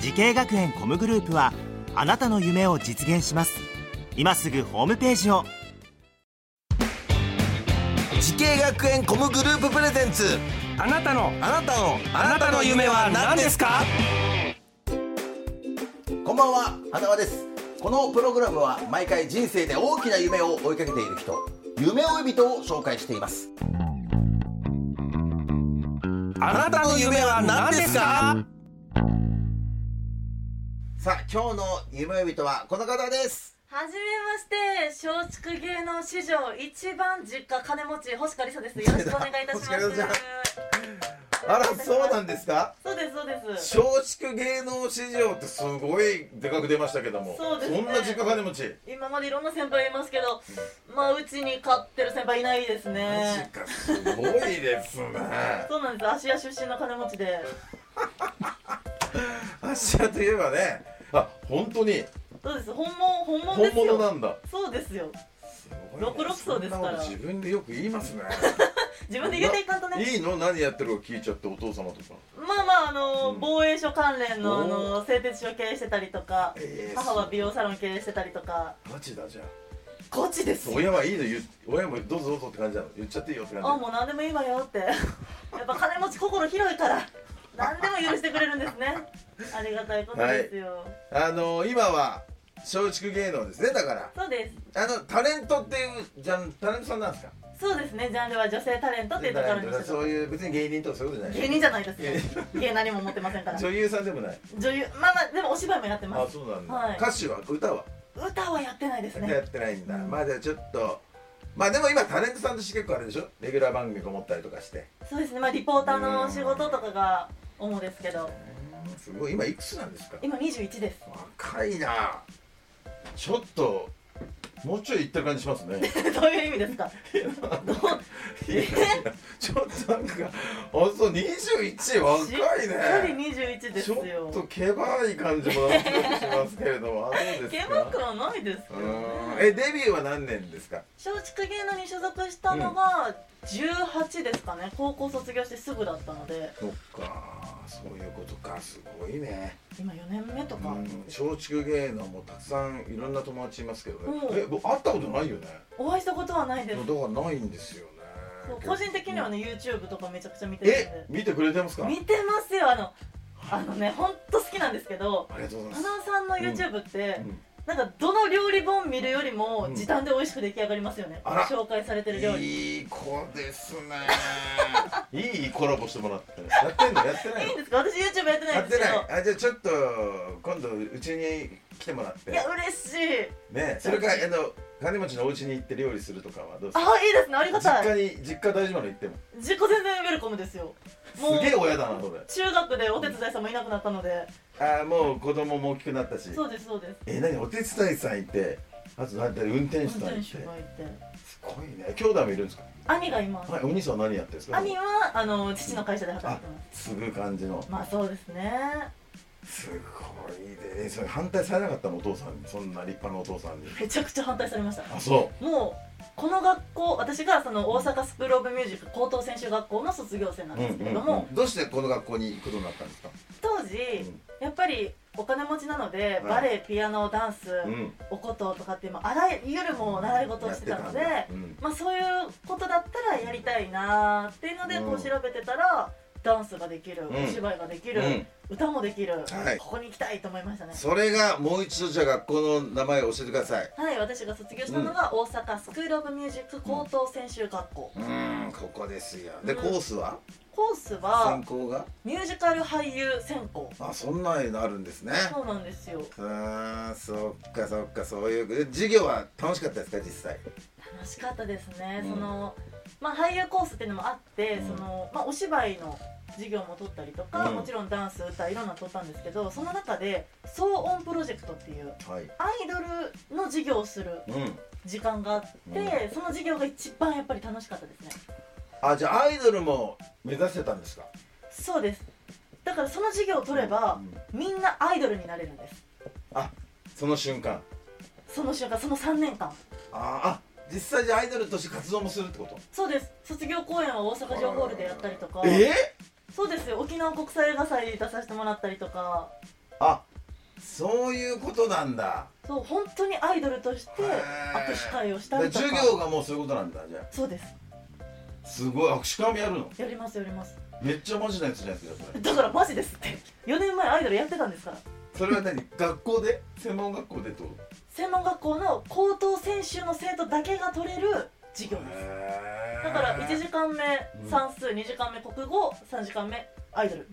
時系学園コムグループはあなたの夢を実現します今すぐホームページを時系学園コムグループプレゼンツあなたのあなたのあなたの夢は何ですかこんばんは花輪ですこのプログラムは毎回人生で大きな夢を追いかけている人夢追い人を紹介していますあなたの夢は何ですかさあ今日の夢追い人はこの方ですはじめまして松竹芸能史上一番実家金持ち星香里沙ですよろしくお願いいたしま星す香里沙ちゃんあらそうなんですかそうですそうです松竹芸能市場ってすごいでかく出ましたけどもそうですねんな実家金持ち今までいろんな先輩いますけどまあうちに飼ってる先輩いないですね実家すごいです ねそうなんです芦屋出身の金持ちで芦屋といえばねあ本当にそうです本物本物で本す物なよんだそうですよ六六六層ですから自分でよく言いますね自分で言っていかんとねいいの何やってるか聞いちゃってお父様とかまあまああの、うん防衛署関連のあおの製鉄所経営してたりとか、えー母は美容サロン経営してたりとかガチだじゃんガチですよ親はいいの言う親もどうぞどうぞって感じなの言っちゃっていいよってあ感もう何でもいいわよって やっぱ金持ち心広いから何でも許してくれるんですねありがたいことですよ、じあの今は松竹芸能ですねだからそうであのタレントっていうじゃんタレントさんなんですかすそうですねジャンルは女性タレントっていうところにしてそういう別に芸人とかそういうことじゃな芸い人じゃないですよ芸何も持ってませんから女優さんでもない女優まあまあでもお芝居もやってまあすそうなんだ、はい歌手は歌は歌はやってないですやねってないんだ、うんまあじゃあちょっとまあでも今タレントさんとして結構あれでしょレギュラー番組が持ったりとかしてそうですねまあリポーターの仕事とかが主ですけどすごい今いくつなんですか今21です 若いなちょっともうちょい行ってる感じしますねどういう意味ですかどういやいや ちょっとなんかあそう21若しっかいねり21ですちょよっとけばい感じもなんとなくしますけれどもあどうですケかバくはないですけうどねーんえデビューは何年ですか松竹芸能に所属したのが18ですかね、高校卒業してすぐだったのでそっかそういうことかすごいね今4年目とうか、ん松竹芸能もたくさんいろんな友達いますけどねうんえ僕会ったことないよねお会いしたことはないでだす、からないんですよねそう個人的にはね YouTube とかめちゃくちゃ見てるんえで見てくれてますか見てますよあのあのねほんと好きなんですけどありがとうござ花います尾さんの YouTube って、うんなんかどの料理本見るよりもうん時短で美味しく出来上がりますよね、あら紹介されてる料理いい子 ですねいいコラボしてもらってやってんのやってないいいんのですか私 YouTube やってなやいっんでてすけどないあじゃあちょっと今度うちに来てもらっていや嬉しいねそれからあの金持ちのお家に行って料理するとかはどうですあかいいですねありがた実い家に実家大丈夫なの行っても自己全然ウェルコムですよもうすげえ親だなそれ中学でお手伝いさんもいなくなったのであーもう子供も大きくなったしそうですそうですえ何お手伝いさんいてあと何だ運転手運さんいて転す手がいてごいね兄弟もいるんですか兄がいますはいお兄さんは何やってるんですか兄はあの父の会社で働いてま継ぐ感じのすまあそうですねすごいねえそれ反対されなかったのお父さんにそんな立派なお父さんにめちゃくちゃ反対されましたあそもうこの学校私がその大阪スクール・オブ・ミュージック高等専修学校の卒業生なうんうんですけれうどんも、うんどうしてこの学校に行くことになったんですか当時やっぱりお金持ちなので、バレエピアノダンス、うんお琴とかっていうまああらゆるもう習い事をしてたのでやってたんだうんまあ、そういうことだったらやりたいなーっていうのでうんこう調べてたら、ダンスができる、うんお芝居ができる、うん歌もできる、はいここに行きたいと思いましたねそれがもう一度じゃあ学校の名前を教えてくださいはい私が卒業したのが大阪スクール・オブ・ミュージック高等専修学校、うーんここですよでうんコースはコースは専攻がミュージカル俳優専攻あそんなのあるんですねそうなんですよあーそっかそっかそういう授業は楽しかったですか実際楽しかったですね、うんそのまあ俳優コースっていうのもあって、うんそのまあ、お芝居の授業も取ったりとか、うんもちろんダンス歌いろんなの取ったんですけどその中で騒音プロジェクトっていうはいアイドルの授業をするうん時間があって、うその授業が一番やっぱり楽しかったですねあじゃあアイドルも目指してたんですかそうですだからその授業を取れば、みんなアイドルになれるんですその瞬間その瞬間その3年間あーあ実際じゃあアイドルとして活動もするってことそうです卒業公演は大阪城ホールでやったりとかえそうですよ沖縄国際映画祭に出させてもらったりとかあそういうことなんだそう本当にアイドルとしてへー握手会をしだたかりらとか授業がもうそういうことなんだじゃそうですあすごい握手会もやるのやりますやりますめっちゃマジなやつじゃないですかそれだからマジですって4年前アイドルやってたんですからそれは 何学校で専門学校でってこ専門学校の高等専修の生徒だけが取れる授業とですへーだから1時間目うん算数2時間目国語3時間目アイドル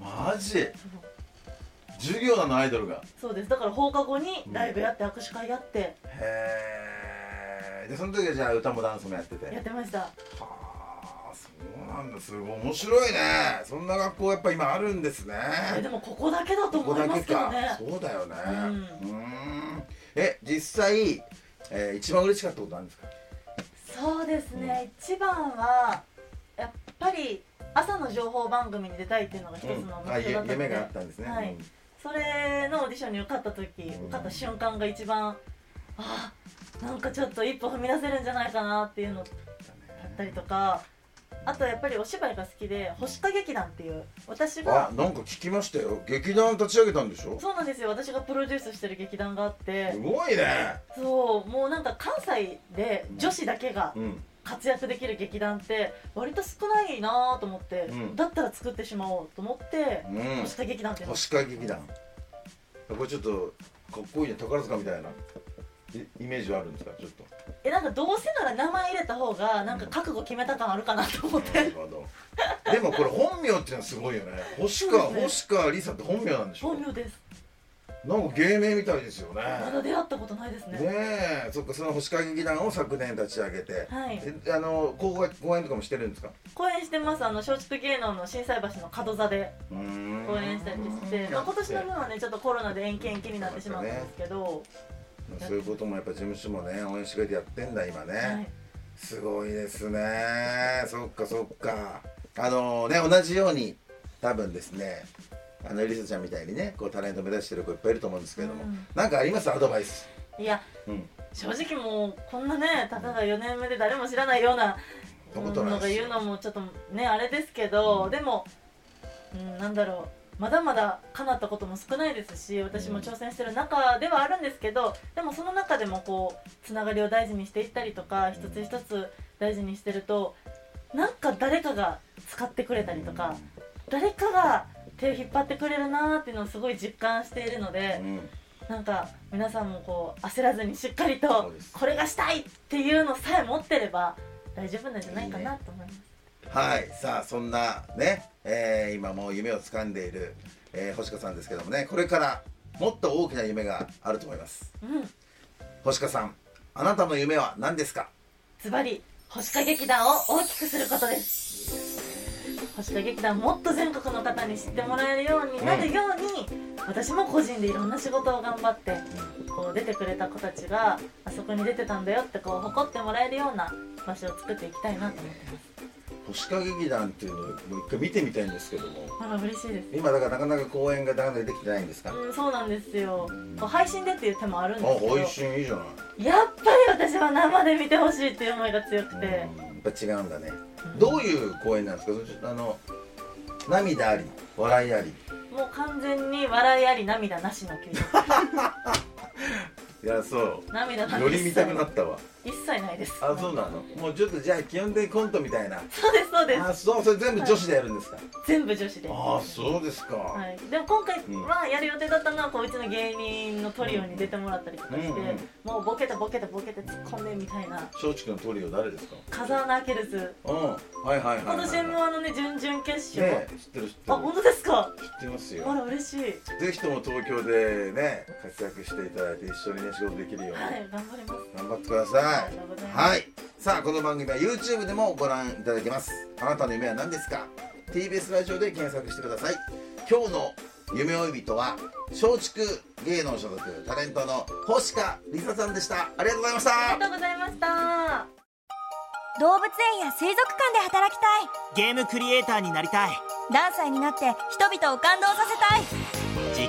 マジ授業なのアイドルがそうですだから放課後にライブやって握手会やってへえでその時はじゃあ歌もダンスもやっててやってましたはあそうなんだすごい面白いねそんな学校やっぱ今あるんですねえでもここだけだとここ思いだまけすけどかねそうだよねううんんえ実際、えー一番嬉しかったことなんですかそうですね、一番はやっぱり朝の情報番組に出たいっていうのが一つの目標だあったゆので、夢があったんですね、はいうんそれのオーディションに受かった時、ん受かった瞬間が一番ああなんかちょっと一歩踏み出せるんじゃないかなっていうのだったりとかあとやっぱりお芝居が好きで星歌劇団っていう私あがなんか聞きましたよ劇団立ち上げたんでしょそうなんですよ私がプロデュースしてる劇団があってすごいねそうもうなんか関西で女子だけがうん活躍できる劇団って割と少ないなと思って、うんだったら作ってしまおうと思って、うん星歌劇団っていうの星川劇団これちょっとかっこいいね宝塚みたいないイメージはあるんですかちょっとえなんかどうせなら名前入れた方がなんか覚悟決めた感あるかなと思っなるてほどでもこれ本名っていうのはすごいよね星川そうです星川りさって本名なんでしょ本名ですなんか芸名みたいですよねまだ出会ったことないですねねえそっかその星川劇団を昨年立ち上げて、はいえあの公開公演とかもしてるんですか公演してますあの松竹芸能の心斎橋の門座でうーん公演したりして、まあ、今年の分はねちょっとコロナで延期延期になってしまったんですけど、そういうこともやっぱ事務所もね応援してくれてやってんだ今ね、はい、すごいですねそっかそっかあのね同じように多分ですねあのエリサちゃんみたいにねこうタレント目指してる子いっぱいいると思うんですけれども、うんなんかありますアドバイスいやうん正直もうこんなねたかが4年目で誰も知らないようなそんなことないのでがすよ言うのもちょっとねあれですけど、でも、うん、なんだろうまだまだ叶ったことも少ないですし私も挑戦してる中ではあるんですけどでもその中でもこうつながりを大事にしていったりとか一つ一つ大事にしてるとなんか誰かが使ってくれたりとか誰かが手を引っ張ってくれるなーっていうのをすごい実感しているので。うんなんか皆さんもこう焦らずにしっかりそとうですこれがしたいっていうのさえ持ってれば大丈夫なんじゃないかなと思います。はいさあそんなね、えー今もう夢を掴んでいる、えー星香さんですけどもねこれからもっと大きな夢があると思いますうん、星香さんあなたの夢は何ですかズバリ星影劇団を大きくすることです。星影劇団もっと全国の方に知ってもらえるようになるように、私も個人でいろんな仕事を頑張ってこう出てくれた子たちがあそこに出てたんだよってこう誇ってもらえるような場所を作っていきたいなと思ってます。星香劇団っていうのをもう一回見てみたいんですけどもあら嬉しいです。今だからなかなか公演がなかなかできてないんですか、うん、そうなんですよ。こう配信でっていう手もあるんですけどあ、配信いいじゃないやっぱり私は生で見てほしいっていう思いが強くて、うんやっぱ違うんだね、どういう公演なんですかそしてあの涙あり笑いありもう完全に笑いあり涙なしの休日いやそう涙なんよてり見たくなったわ一切ないですあそうなのもうちょっとじゃあ基本的にコントみたいなそうですそうですあそうそれ全部女子でやるんですか、全部女子でああそうですか、はい、でも今回はやる予定だったのはこううちの芸人のトリオに出てもらったりとかして、うんうんもうボケてボケてボケて突っ込んでみたいな松竹のトリオ誰ですか風穴アキルズうんはいはいはい、はい、今年もあのね準々決勝、ね知ってる知ってある本当ですか知ってますあよら嬉しいぜひとも東京でね活躍していただいて一緒にね仕事できるように、はい頑張ります頑張ってくださありがとうございい。ますはい。さあこの番組は YouTube でもご覧いただけます。あなたの夢は何ですか？ TBS ラジオで検索してください今日の夢追い人は松竹芸能所属タレントの星香りささんでしたありがとうございましたありがとうございました動物園や水族館で働きたいゲームクリエイターになりたい何歳になって人々を感動させたい時